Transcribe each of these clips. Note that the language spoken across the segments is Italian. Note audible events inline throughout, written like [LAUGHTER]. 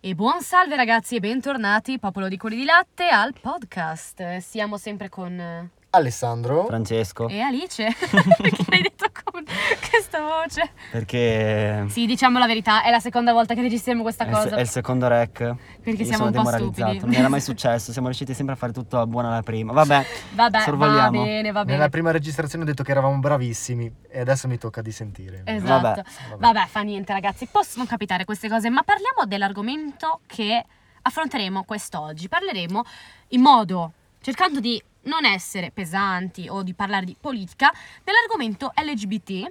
E buon salve ragazzi e bentornati, popolo di cuori di latte, al podcast. Siamo sempre con... eh, Alessandro. Francesco, E Alice? [LAUGHS] Perché l'hai detto con questa voce? perché Sì, diciamo la verità, è la seconda volta che registriamo questa è, il Eh, se- cosa. è il secondo rec. perché Io siamo sono un po' demoralizzato, stupidi. non [LAUGHS] era mai successo, siamo riusciti sempre a fare tutto a buona la prima. Vabbè, Vabbè, va sorvoliamo. bene, va bene. Nella prima registrazione ho detto che eravamo bravissimi e adesso mi tocca di sentire. Esatto. Vabbè. Vabbè, fa niente ragazzi, possono capitare queste cose, ma parliamo dell'argomento che affronteremo quest'oggi. Parleremo in modo, cercando di non essere pesanti o di parlare di politica, dell'argomento LGBT.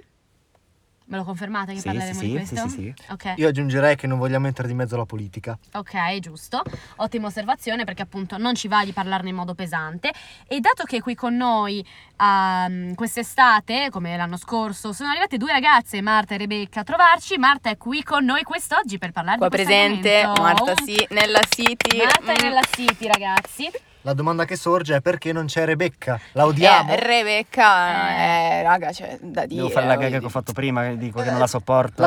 Me lo confermate che Sì, parleremo sì, di sì, questo? sì, sì, Ok, Io aggiungerei che non vogliamo mettere di mezzo la politica. ok, giusto. Ottima osservazione perché appunto non ci va di parlarne in modo pesante. E dato che qui con noi ehm, quest'estate, come l'anno scorso, sono arrivate due ragazze, Marta e Rebecca, a trovarci. Marta è qui con noi quest'oggi per parlare Qua di questo presente, argomento. Marta sì, nella City. Marta è Mm. nella City, [LAUGHS] ragazzi. La domanda che sorge è perché non c'è Rebecca? La odiamo? Eh, Rebecca, Eh. eh, raga, c'è da dire. devo fare la voglio gaga che ho dire. fatto prima, che dico che non la sopporto.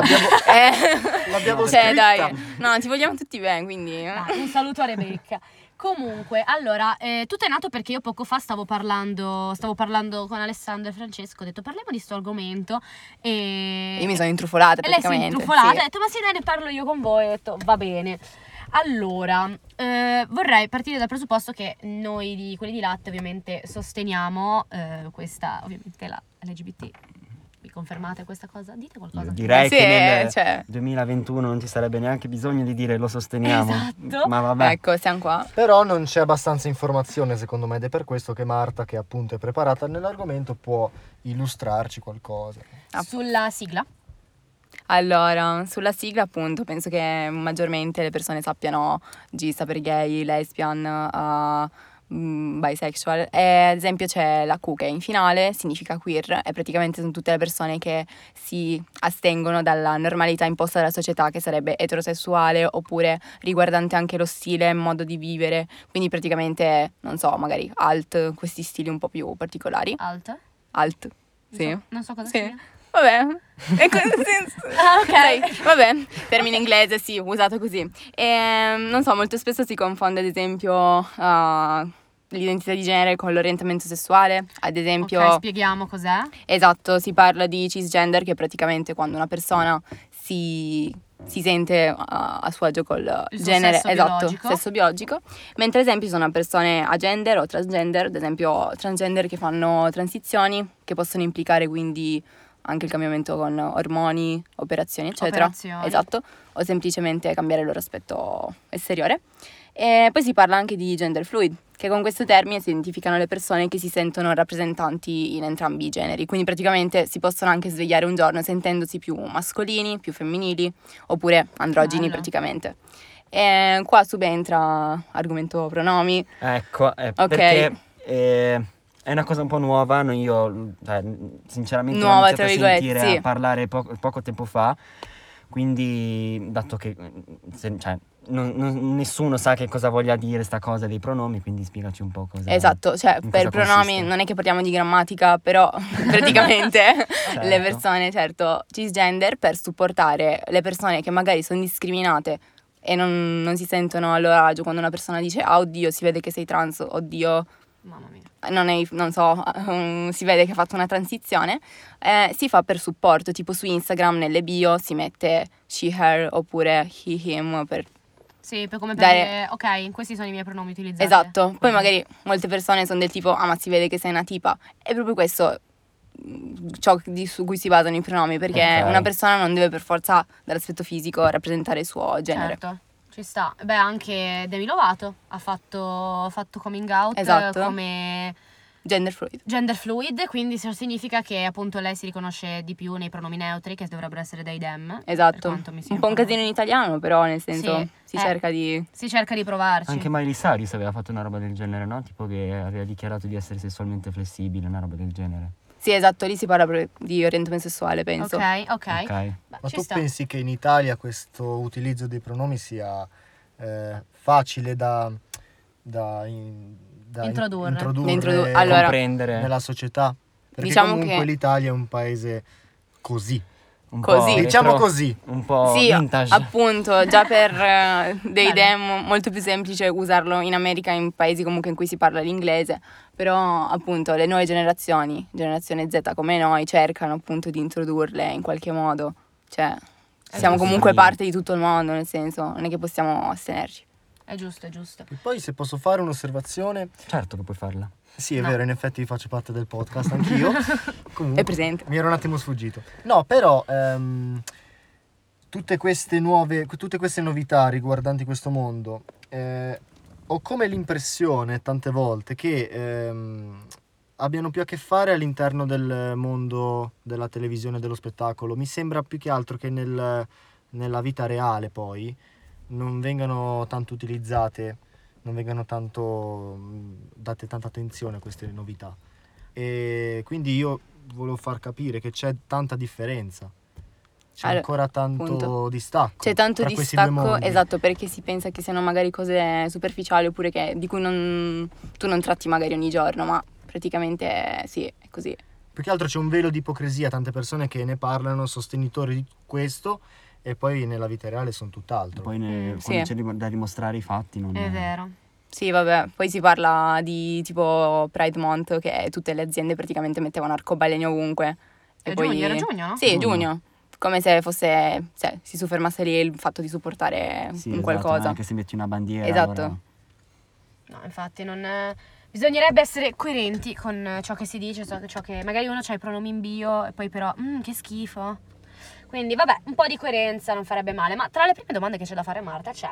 [LAUGHS] [LAUGHS] L'abbiamo, [LAUGHS] Eh. l'abbiamo Cioè, scritta. dai. No, ti vogliamo tutti bene, quindi. eh. Dai, Ah, un saluto a Rebecca. Comunque, allora, eh, tutto è nato perché io poco fa stavo parlando, stavo parlando con Alessandro e Francesco, ho detto parliamo di sto argomento e... Io mi sono intrufolata E lei si è praticamente. intrufolata, sì. ha detto ma sì dai ne parlo io con voi, ho detto va bene. Allora, eh, vorrei partire dal presupposto che noi di quelli di latte ovviamente sosteniamo eh, questa, ovviamente la LGBT. Vi confermate questa cosa? Dite qualcosa. Io direi Sì, che nel cioè. 2021 non ci sarebbe neanche bisogno di dire lo sosteniamo. Esatto. Ma vabbè, Ecco, siamo qua. Però non c'è abbastanza informazione secondo me ed è per questo che Marta, che appunto è preparata nell'argomento, può illustrarci qualcosa. Ah. Sulla sigla? Allora, sulla sigla, appunto, penso che maggiormente le persone sappiano G sta per gay, lesbian, eh, mm, bisexual. E ad esempio c'è la Q che in finale significa queer e praticamente sono tutte le persone che si astengono dalla normalità imposta dalla società che sarebbe eterosessuale oppure riguardante anche lo stile, il modo di vivere. Quindi praticamente, non so, magari alt, questi stili un po' più particolari. Alt? Non Alt, sì. so- non so cosa Sì. sia. Vabbè. È [LAUGHS] così- Ah, ok. Dai, Vabbè, termine inglese, sì, usato così. Ehm, non so, molto spesso si confonde, ad esempio, ah, l'identità di genere con l'orientamento sessuale. Ad esempio, Ok, spieghiamo cos'è. esatto, si parla di cisgender, che è praticamente quando una persona si, si sente ah, a suo agio col Il suo genere, sesso esatto, biologico. sesso biologico. Mentre, ad esempio, ci sono persone agender o transgender, ad esempio, transgender che fanno transizioni, che possono implicare quindi anche il cambiamento con ormoni, operazioni, eccetera. Operazioni. Esatto, o semplicemente cambiare il loro aspetto esteriore. E poi si parla anche di gender fluid, che con questo termine si identificano le persone che si sentono rappresentanti in entrambi i generi, quindi praticamente si possono anche svegliare un giorno sentendosi più mascolini, più femminili, oppure androgini Bello. praticamente. E qua subentra argomento pronomi. ecco, eh, Ok. perché eh, è una cosa un po' nuova, non io cioè, sinceramente l'ho Nuova, iniziato tra a virgolette, sentire sì. a parlare poco, poco tempo fa, quindi dato che mm, se- cioè, non- non- nessuno sa che cosa voglia dire sta cosa dei pronomi, quindi spiegaci un po' cosa Esatto, cioè in per cosa pronomi consiste? non è che parliamo di [LAUGHS] grammatica, però praticamente le Certo. persone, certo, cisgender per supportare le persone che magari sono discriminate e non, non si sentono a loro agio quando una persona dice ah oddio si vede che sei trans, oddio Mamma mia. non, hai- non so, [LAUGHS] si vede che ha fatto una transizione, eh, si fa per supporto, tipo su Instagram nelle bio si mette she, her oppure he, him per Sì, per come per Dare- dire, ok, questi sono i miei pronomi utilizzati. Esatto, poi Quindi- magari molte persone sono del tipo ah ma si vede che sei una tipa, è proprio questo mh, ciò di- su cui si basano i pronomi perché Ok. una persona non deve per forza dall'aspetto fisico rappresentare il suo genere. Certo, ci sta. Beh, anche Demi Lovato ha fatto, ha fatto coming out Esatto. eh, come Gender fluid. gender fluid, quindi so- significa che appunto lei si riconosce di più nei pronomi neutri che dovrebbero essere dai dem. per Esatto. quanto mi Un sembra. po' un casino in italiano però nel senso Sì, si eh. cerca di... Si cerca di provarci. Anche Miley Cyrus aveva fatto una roba del genere, no? Tipo che aveva dichiarato di essere sessualmente flessibile, una roba del genere. Sì esatto, lì si parla proprio di orientamento sessuale penso. ok, ok. Ok. Beh, Ma ci tu sta. pensi che in Italia questo utilizzo dei pronomi sia eh, facile da, da in- da in- Introdurre. introdurre Introdu- allora- Comprendere. nella società? Perché Diciamo comunque che- l'Italia è un paese così. un Così. po' Diciamo retro, così. un po' sì, vintage. appunto, già per eh, dei Bello. idee mo- molto più semplice usarlo in America, in paesi comunque in cui si parla l'inglese, però appunto le nuove generazioni, generazione Z come noi, cercano appunto di introdurle in qualche modo, cioè Eh, È siamo giusto. comunque Sì. parte di tutto il mondo, nel senso, non è che possiamo astenerci. È giusto, è giusto. E poi se posso fare un'osservazione, Certo che puoi farla. sì è No. vero, in effetti faccio parte del podcast anch'io. [LAUGHS] [LAUGHS] Comunque, È presente. mi era un attimo sfuggito. No, però ehm, tutte queste nuove, tutte queste novità riguardanti questo mondo, eh, ho come l'impressione tante volte che ehm, abbiano più a che fare all'interno del mondo della televisione e dello spettacolo. Mi sembra più che altro che nel- nella vita reale poi non vengano tanto utilizzate, non vengano tanto mh, date tanta attenzione a queste novità. E quindi io volevo far capire che c'è tanta differenza. C'è Allora, ancora tanto appunto. distacco. C'è tanto tra questi due distacco, mondi. esatto, perché si pensa che siano magari cose superficiali oppure che, di cui non- tu non tratti magari ogni giorno, ma praticamente sì, è così. Più che altro c'è un velo di ipocrisia, tante persone che ne parlano, sostenitori di questo, e poi nella vita reale sono tutt'altro. Poi ne- Mm, sì. quando c'è di- da dimostrare i fatti Mm. non È vero. Sì, vabbè, poi si parla di tipo Pride Month che tutte le aziende praticamente mettevano arcobaleni ovunque. È poi... giugno, era giugno, no? Sì, Giugno. giugno. Come se fosse, cioè, si soffermasse lì il fatto di supportare Sì, un esatto, qualcosa. Anche se metti una bandiera. Esatto. allora- No, infatti non... eh, Bisognerebbe essere coerenti con eh, ciò che si dice, ciò, ciò che... Magari uno ha i pronomi in bio e poi però... "Mm, che schifo. Quindi vabbè, un po' di coerenza non farebbe male. Ma tra le prime domande che c'è da fare a Marta c'è...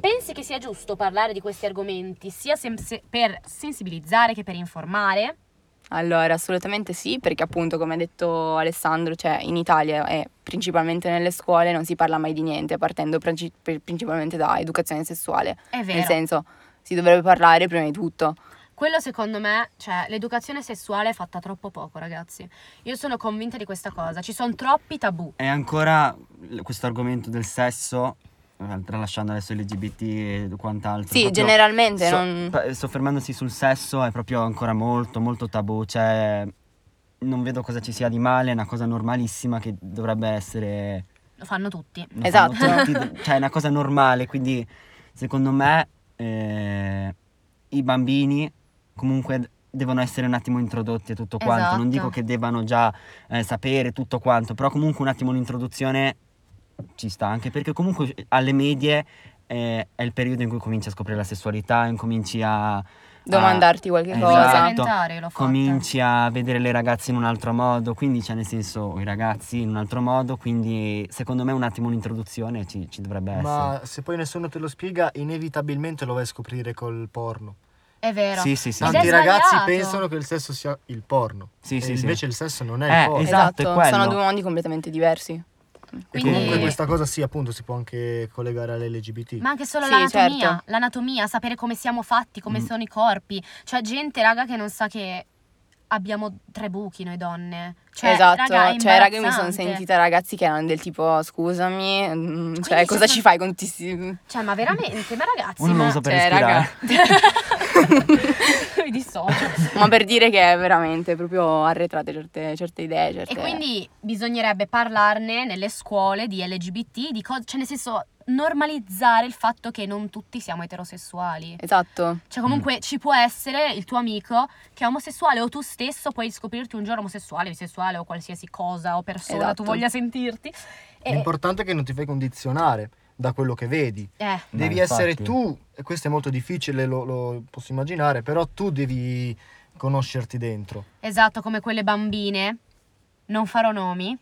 Pensi che sia giusto parlare di questi argomenti sia sem- se- per sensibilizzare che per informare? Allora, assolutamente sì, perché appunto, come ha detto Alessandro, cioè in Italia e principalmente nelle scuole non si parla mai di niente, partendo princi- per- principalmente da educazione sessuale. È Nel vero. senso, si dovrebbe parlare prima di tutto. Quello secondo me, cioè l'educazione sessuale è fatta troppo poco, ragazzi. Io sono convinta di questa cosa. Ci sono troppi tabù. È ancora l- questo argomento del sesso, eh, tralasciando adesso LGBT e quant'altro. Sì, proprio generalmente so- non... pa- Soffermandosi sul sesso è proprio ancora molto, molto tabù. Cioè, non vedo cosa ci sia di male, è una cosa normalissima che dovrebbe essere... Lo fanno tutti. lo Esatto. fanno tutti, cioè, è una cosa normale, quindi secondo me eh, i bambini comunque devono essere un attimo introdotti a tutto quanto. Esatto. Non dico che debbano già eh, sapere tutto quanto, però comunque un attimo l'introduzione ci sta anche perché comunque alle medie eh, è il periodo in cui cominci a scoprire la sessualità, incominci a... Domandarti qualche esatto. Sono cosa. elementare, l'ho fatta. Cominci a vedere le ragazze in un altro modo, quindi cioè nel senso i ragazzi in un altro modo, quindi secondo me un attimo un'introduzione ci, ci dovrebbe essere. Ma se poi nessuno te lo spiega, inevitabilmente lo vai a scoprire col porno. È vero. Sì, sì, sì. Ed Tanti è ragazzi sbagliato. pensano che il sesso sia il porno. Sì, e sì, sì. invece il sesso non è Eh, il porno. esatto. è sono quello. due mondi completamente diversi. E Quindi- comunque questa cosa sì, appunto, si può anche collegare all'LGBT. Ma anche solo Sì, l'anatomia, certo. l'anatomia, sapere come siamo fatti, come Mm. sono i corpi. Cioè, gente, raga, che non sa che abbiamo tre buchi noi donne. Cioè, esatto, raga, è cioè raga io mi sono imbarazzante. sentita ragazzi che erano del tipo scusami, mm, ci cioè cosa sono- ci fai con tutti questi... Cioè, ma veramente, ma ragazzi, Uno lo ma... [LAUGHS] [LAUGHS] usa per cioè, raga. respirare. mi dissocio. Ma per dire che è veramente proprio arretrate certe, certe idee, certe... E quindi bisognerebbe parlarne nelle scuole di LGBT, di cose, cioè nel senso normalizzare il fatto che non tutti siamo eterosessuali. Esatto. Cioè comunque Mm. ci può essere il tuo amico che è omosessuale o tu stesso puoi scoprirti un giorno omosessuale, bisessuale o qualsiasi cosa o persona tu Esatto. voglia sentirti. E, L'importante è che non ti fai condizionare da quello che vedi. eh, Ma Devi infatti. essere tu, e questo è molto difficile, lo, lo posso immaginare, però tu devi conoscerti dentro. esatto, come quelle bambine, non farò nomi,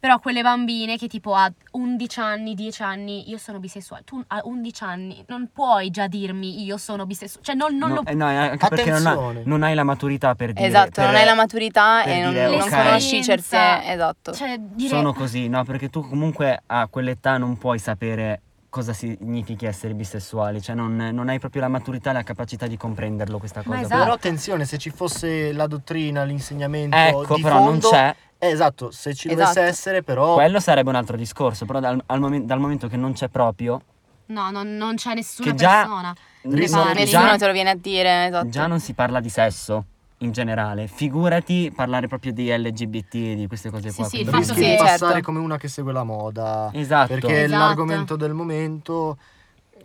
però quelle bambine che tipo a 11 anni, 10 anni, io sono bisessuale, tu a 11 anni non puoi già dirmi io sono bisessuale, cioè non, non No, lo eh, no, anche perché non, ha- Attenzione. non hai la maturità per dire esatto, per- non hai la maturità per e non, dire, non eh, ok. conosci certe... L'esperienza. Esatto. Cioè, dire, Sono così, no? Perché tu comunque a quell'età non puoi sapere cosa significhi essere bisessuali, cioè non, non hai proprio la maturità e la capacità di comprenderlo questa Ma cosa. esatto. Però attenzione, se ci fosse la dottrina, l'insegnamento Ecco, di però non fondo- c'è. Eh, esatto, se ci dovesse Esatto. essere però... Quello sarebbe un altro discorso, però dal, al momen- dal momento che non c'è proprio, No, non, non c'è nessuna Che già- persona. ri- parli. no, Nessuno già, te lo viene a dire, esatto. già non si parla di sesso. in generale. Figurati parlare proprio di LGBT e di queste cose Sì, qua. sì, quindi- il fatto rischi che- di Sì, passare certo. come una che segue la moda Esatto. perché è Esatto. l'argomento del momento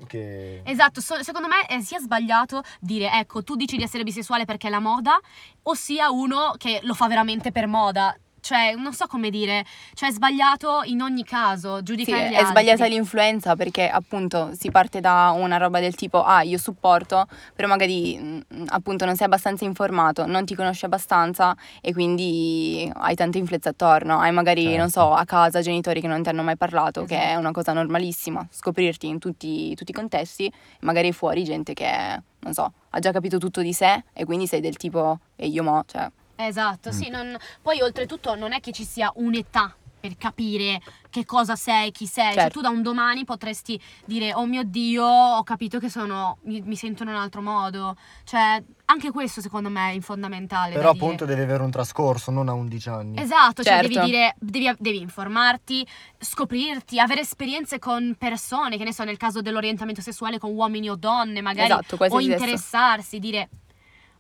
che Esatto, so- secondo me eh, sia sbagliato dire ecco tu dici di essere bisessuale perché è la moda, ossia uno che lo fa veramente per moda. Cioè, non so come dire, cioè è sbagliato in ogni caso, Sì, giudicare gli è altri. sbagliata l'influenza perché appunto si parte da una roba del tipo ah io supporto, però magari mh, appunto non sei abbastanza informato, non ti conosci abbastanza e quindi hai tante influenze attorno, hai magari Certo. non so a casa genitori che non ti hanno mai parlato, che è Esatto. una cosa normalissima, scoprirti in tutti, tutti i contesti, magari fuori gente che non so ha già capito tutto di sé e quindi sei del tipo e io mo, cioè Esatto, sì. Mm. non- Poi oltretutto non è che ci sia un'età per capire che cosa sei, chi sei. Cioè, Certo. tu da un domani potresti dire, oh mio Dio, ho capito che sono, mi, mi sento in un altro modo. Cioè, anche questo secondo me è fondamentale. da però dire. appunto deve avere un trascorso non a 11 anni Esatto, cioè Certo. devi dire, devi, devi informarti, scoprirti, avere esperienze con persone, che ne so, nel caso dell'orientamento sessuale con uomini o donne, magari esatto, o qualsiasi sesso. interessarsi, dire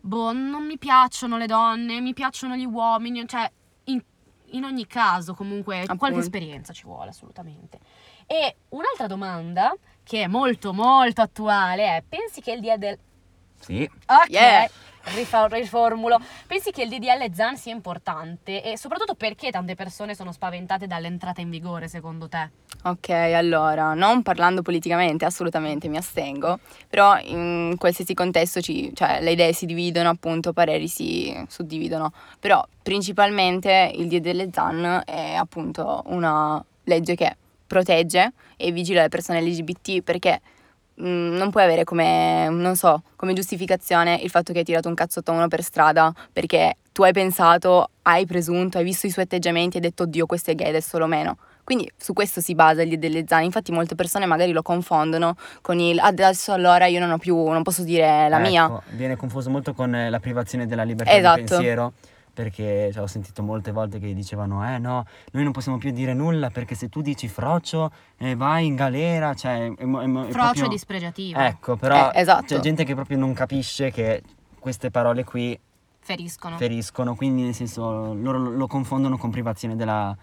boh, non mi piacciono le donne, mi piacciono gli uomini, cioè in, in ogni caso comunque Appunto. qualche esperienza ci vuole assolutamente. E un'altra domanda che è molto molto attuale è pensi che il DDL Sì. Ok, Yeah. rifa- riformulo. Pensi che il DDL ZAN sia importante e soprattutto perché tante persone sono spaventate dall'entrata in vigore secondo te? Ok, allora, non parlando politicamente, assolutamente mi astengo, però in qualsiasi contesto ci- cioè, le idee si dividono, appunto, pareri si suddividono, però principalmente il Dio delle Zan è appunto una legge che protegge e vigila le persone LGBT perché mh, non puoi avere come, non so, come giustificazione il fatto che hai tirato un cazzotto a uno per strada perché tu hai pensato, hai presunto, hai visto i suoi atteggiamenti e hai detto, Dio, questo è gay, adesso lo meno. Quindi su questo si basa il Dio delle Zane, infatti molte persone magari lo confondono con il adesso allora io non ho più, non posso dire la mia. Ecco, Viene confuso molto con eh, la privazione della libertà Esatto. di pensiero. Perché cioè, ho sentito molte volte che dicevano: Eh no, noi non possiamo più dire nulla perché se tu dici frocio eh, vai in galera. Cioè, è, mo- è mo- è Frocio proprio- e dispregiativo. Ecco, però Eh, esatto. c'è gente che proprio non capisce che queste parole qui Feriscono. feriscono, quindi nel senso loro lo- lo confondono con privazione della...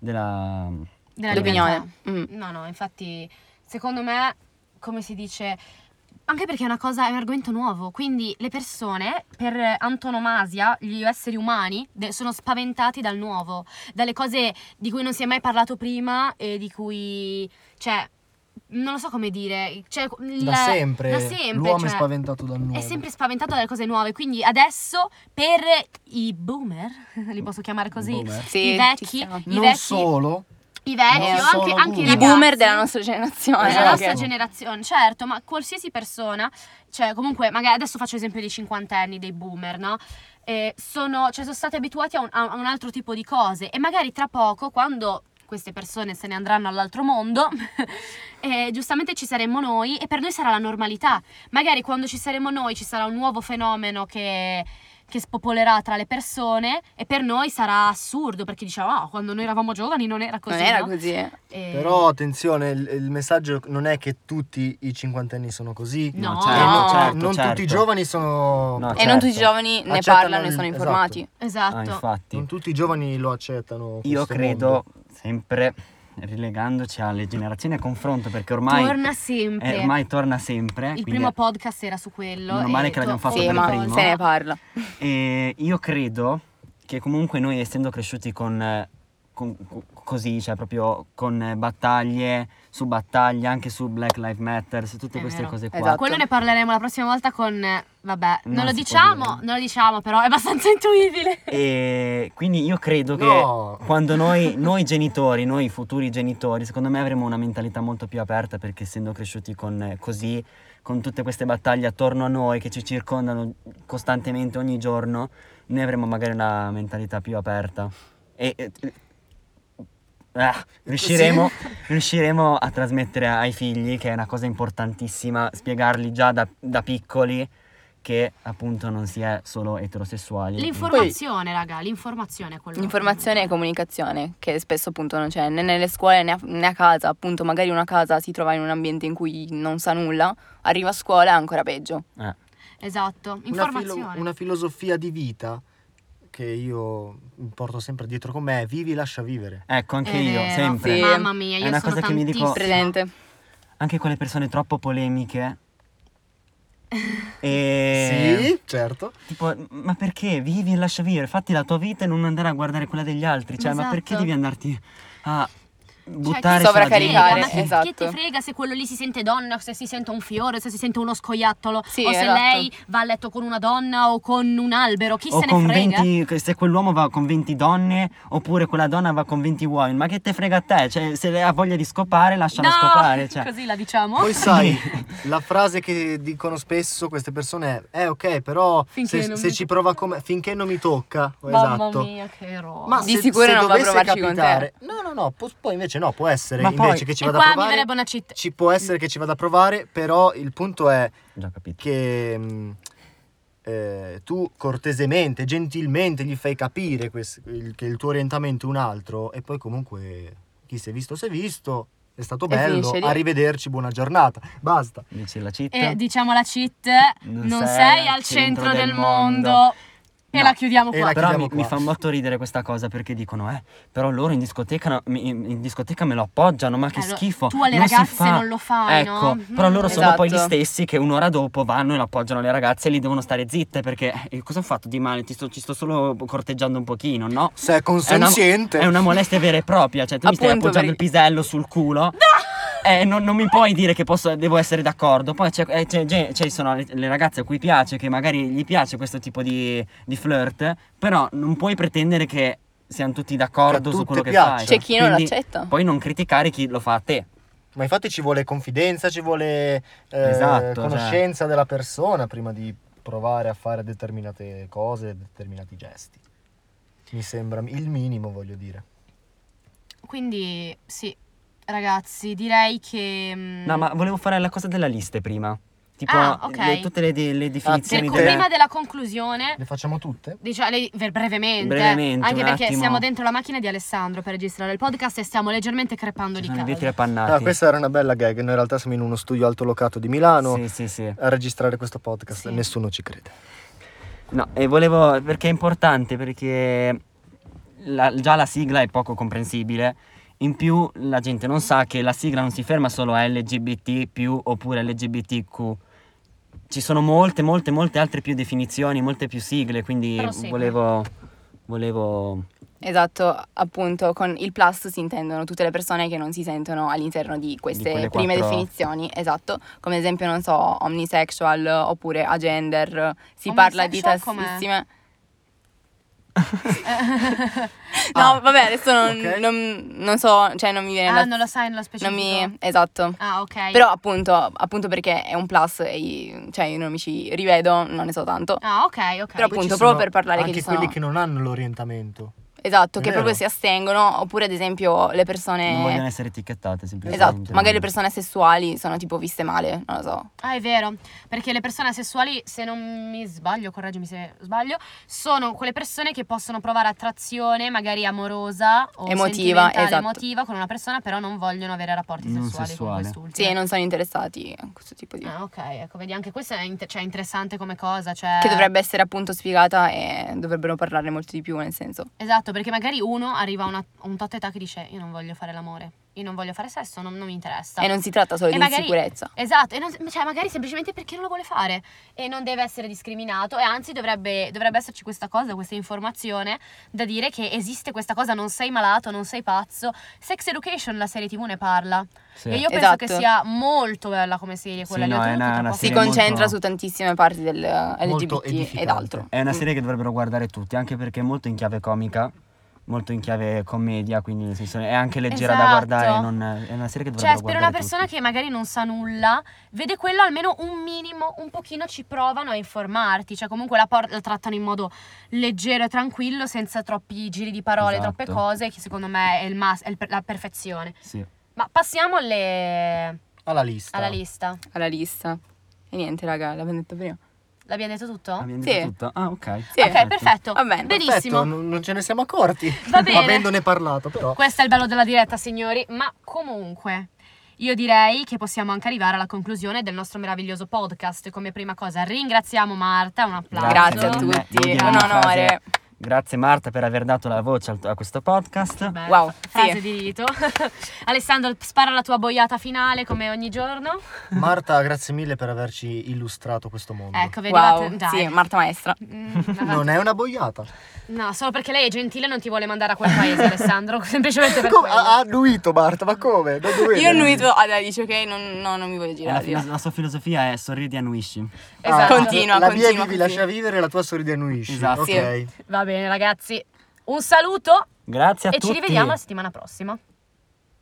della... Della L'opinione. libertà. Mm. No, no, infatti secondo me, come si dice, anche perché è una cosa, è un argomento nuovo, quindi le persone per antonomasia, gli esseri umani, de- sono spaventati dal nuovo, dalle cose di cui non si è mai parlato prima e di cui, cioè, non lo so come dire, cioè, da la- sempre, da sempre, l'uomo è cioè, spaventato dal nuovo è sempre spaventato dalle cose nuove, quindi adesso per i boomer, [LAUGHS] li posso chiamare così, Boomer. Sì, I ci vecchi, siamo. i non vecchi, solo i vecchi, Non o anche, anche sono boomer. I ragazzi Esatto. boomer della nostra generazione. della nostra ok. generazione, certo, ma qualsiasi persona, cioè comunque, magari adesso faccio esempio dei cinquantenni, dei boomer, no? Eh, sono, cioè, sono stati abituati a un, a un altro tipo di cose e magari tra poco, quando queste persone se ne andranno all'altro mondo, [LAUGHS] eh, giustamente ci saremo noi e per noi sarà la normalità. Magari quando ci saremo noi ci sarà un nuovo fenomeno che che spopolerà tra le persone e per noi sarà assurdo perché diciamo "Ah, quando noi eravamo giovani non era così non era no?" così. E- però attenzione il, il messaggio non è che tutti i cinquantenni sono così No, No, E certo, non, no, certo, Cioè, non certo. tutti i giovani sono No, E non tutti i certo. giovani ne Accettano parlano e il- sono esatto. informati. esatto Ah, infatti. non tutti i giovani lo accettano Io questo credo, mondo. sempre rilegandoci alle generazioni a confronto, perché ormai torna sempre. eh, ormai torna sempre. il quindi primo podcast era su quello. Meno e male che l'abbiamo to- fatto Sì, per ma primo. se esatto. ne parla. E eh, io credo che comunque noi essendo cresciuti con, eh, con- co- così, cioè proprio con eh, battaglie su battaglie, anche su Black Lives Matter, su tutte È queste vero. cose qua. Esatto. Quello ne parleremo la prossima volta con... Vabbè, non, Non lo si può diciamo, dire. Eh, non lo diciamo, però è abbastanza [LAUGHS] intuibile. E quindi io credo No. che quando noi, noi genitori, noi futuri genitori, secondo me avremo una mentalità molto più aperta perché essendo cresciuti con eh, così, con tutte queste battaglie attorno a noi che ci circondano costantemente ogni giorno, noi avremo magari una mentalità più aperta. E e- e- ah, riusciremo, [LAUGHS] riusciremo a trasmettere ai figli, che è una cosa importantissima, spiegargli già da, da piccoli che appunto non si è solo eterosessuali. L'informazione, raga, l'informazione è quello. Informazione e comunicazione, che spesso appunto non c'è né nelle scuole né a, né a casa, appunto Eh. magari una casa si trova in un ambiente in cui non sa nulla, arriva a scuola è ancora peggio. Esatto, Una, filo- informazione. una filosofia di vita che io mi porto sempre dietro con me, vivi, lascia vivere. Ecco, anche È io, vero. sempre. Sì. Mamma mia, È io una sono cosa che mi dico- tantissimo- Presente. Anche con le persone [LAUGHS] troppo polemiche. Sì, Eh. e... certo. Tipo, ma perché vivi e lascia vivere? Fatti la tua vita e non andare a guardare quella degli altri. Cioè, ma Esatto. perché devi andarti a Cioè, buttare chi- sulla Sovraccaricare, Ma gente? chi- esatto. Chi ti frega se quello lì si sente donna, o se si sente un fiore, o se si sente uno scoiattolo, Sì, o se esatto. lei va a letto con una donna o con un albero, chi Eh, o se ne con frega? 20, se quell'uomo va con 20 donne oppure quella donna va con 20 uomini, ma che te frega a te? Cioè, se lei ha voglia di scopare, lasciala No, scopare. [LAUGHS] Cioè. così la diciamo. Poi sai, [LAUGHS] la frase che dicono spesso queste persone è, eh ok, però Finché se, non se mi ci tocca." prova come... finché non mi tocca. Oh, Mamma esatto. mia, che roba. Ma Di se, sicuro se non va a dovesse provarci con te. capitare, No, no, no, pu- poi invece no, può essere Ma invece poi- che ci e vada qua a mi provare. verrebbe una città. Ci può essere che ci vada a provare, però il punto è Già capito. che mh, eh, tu cortesemente, gentilmente gli fai capire quest- il- che il tuo orientamento è un altro e poi comunque chi si è visto si è visto, è stato E bello, finisce lì. arrivederci, buona giornata, basta. Dici la città. E diciamo la cheat, non, Non sei, al centro, del mondo. E No. la chiudiamo E qua. la Però chiudiamo qua. mi, mi fa molto ridere questa cosa perché dicono, eh, però loro in discoteca, no- mi- in, in discoteca me lo appoggiano, ma che Allora, schifo. Eh, tu alle non si ragazze fa." non lo fai, Ecco, no? però Mm. loro sono poi gli Esatto. stessi che un'ora dopo vanno e lo appoggiano alle ragazze e li devono stare zitte perché eh, cosa ho fatto di male? Ti sto, ci sto solo corteggiando un pochino, no? Se è consenziente. È una molestia vera e propria, cioè tu mi stai Appunto, appoggiando per- il pisello sul culo. Eh, non, non mi puoi dire che posso- devo essere d'accordo. Poi c'è, eh, c'è gen- ci sono le, le ragazze a cui piace, che magari gli piace questo tipo di, di flirt, però non puoi pretendere che siamo tutti Che d'accordo a su tutte quello che piaccia. fai. C'è chi non Quindi l'accetta. Puoi non criticare chi lo fa a te. Ma infatti ci vuole confidenza, ci vuole eh, Esatto, cioè. conoscenza della persona prima di provare a fare determinate cose, determinati gesti. Mi sembra il minimo, voglio dire. Quindi sì, ragazzi, direi che... mm, No, ma volevo fare la cosa della liste prima. Tipo Ah, ok. le- tutte le, le- Ah, le definizioni per- delle- prima della conclusione... Le facciamo tutte? Diciamo, ver- brevemente, Brevemente, anche un perché attimo. siamo dentro la macchina di Alessandro per registrare il podcast e stiamo leggermente crepando Ci di sono i caldo. vetri appannati. Ah, questa era una bella gag. Noi in realtà siamo in uno studio altolocato di Milano Sì, sì, sì. a registrare questo podcast Sì. e nessuno ci crede. No, e volevo perché è importante perché la- già la sigla è poco comprensibile. In più la gente non sa che la sigla non si ferma solo a LGBT oppure LGBTQ. Ci sono molte, molte, molte altre più definizioni, molte più sigle, quindi Però segui. volevo volevo Esatto, appunto, con il plus si intendono tutte le persone che non si sentono all'interno di queste quelle prime quattro- definizioni, esatto, come ad esempio, non so, omnisexual oppure agender, si parla di Omnisexual com'è? tantissime... [LAUGHS] Ah. Ah. No, vabbè, adesso non, Ok. non- non so, cioè non mi viene Ah, da... non lo sai nello non specifico. mi... Esatto. Ah, ok. Però appunto, appunto perché è un plus e i- cioè io non mi ci rivedo, non ne so tanto. Ah, ok, ok. Poi Però Appunto, ci proprio sono per parlare che anche ci sono- quelli che non hanno l'orientamento. Esatto, È che vero. proprio si astengono, oppure ad esempio le Eh. non vogliono persone... essere etichettate semplicemente. Esatto, magari le persone sessuali sono tipo viste male, non lo so. Ah, è vero, perché le persone asessuali, se non mi sbaglio, correggimi se sbaglio, sono quelle persone che possono provare attrazione magari amorosa o Emotiva, sentimentale, esatto. emotiva con una persona, però non vogliono avere rapporti Non sessuali sessuale. con quest'ultima. Sì, non sono interessati a questo tipo di... Ah, ok, ecco, vedi, anche questo è inter- cioè, interessante come cosa, cioè... Che dovrebbe essere appunto spiegata e dovrebbero parlarne molto di più, nel senso. Esatto, perché magari uno arriva a, una, a un tot età che dice io non voglio fare l'amore, io non voglio fare sesso, non, non mi interessa. E non si tratta solo Esatto. E di magari- insicurezza. Esatto, e non- cioè magari semplicemente perché non lo vuole fare e non deve essere discriminato e anzi dovrebbe, dovrebbe esserci questa cosa, questa informazione da dire che esiste questa cosa, non sei malato, non sei pazzo. Sex Education, la serie tv ne parla Sì. e io penso Esatto. che sia molto bella come serie quella Sì, di no, è Oltretutto, una- tra una poco- Si Sì, concentra molto- su tantissime parti del eh, Molto LGBT ed edificante. altro. Mm. È una serie che dovrebbero guardare tutti, anche perché è molto in chiave comica, molto in chiave commedia, quindi nel senso è anche leggera Esatto. da guardare. non- è una serie che dovrebbero Cioè, guardare. per una persona tutti. che magari non sa nulla, vede quello almeno un minimo, un pochino ci provano a informarti. Cioè, comunque la, por- la trattano in modo leggero e tranquillo, senza troppi giri di parole, Esatto. troppe cose, che secondo me è, il mas- è il per- la perfezione. Sì. Ma passiamo alle- Alla lista. alla lista. Alla lista. E niente, raga, l'abbiamo detto prima. L'abbiamo detto tutto? Abbiamo Sì. detto tutto. Ah, ok. Sì. Ok, perfetto. Va bene. Benissimo. Perfetto, non non ce ne siamo accorti. [LAUGHS] Va bene. Certo. Avendone parlato, però. Questo è il bello della diretta, signori. Ma comunque, Io direi che possiamo anche arrivare alla conclusione del nostro meraviglioso podcast. Come prima cosa ringraziamo Marta, un applauso. Grazie Grazie a a te. tutti, Vogliamo un una frase? onore. Grazie Marta per aver dato la voce al- a questo podcast. Beh, Wow, frase sì. di rito. [LAUGHS] Alessandro, spara la tua boiata finale come ogni giorno. Marta, grazie mille per averci illustrato questo mondo. Ecco, vedevate. Wow, dai. sì, Marta Maestra. Mm, Non è una boiata. No, solo perché lei è gentile e non ti vuole mandare a quel [LAUGHS] paese, Alessandro. [LAUGHS] Semplicemente per Come? quello. ah, Ha ha annuito Marta, ma come? Da dove? Io annuito, ah dai, dici ok, non, no, non mi voglio E la, girare. fila- la sua filosofia è sorridi e annuisci. Esatto. Ah, Continua, La via continua vivi, così. lascia vivere, la tua sorride annuisci. Esatto. Ok. Sì. Va bene, ragazzi. Un saluto Grazie a e tutti. ci rivediamo la settimana prossima.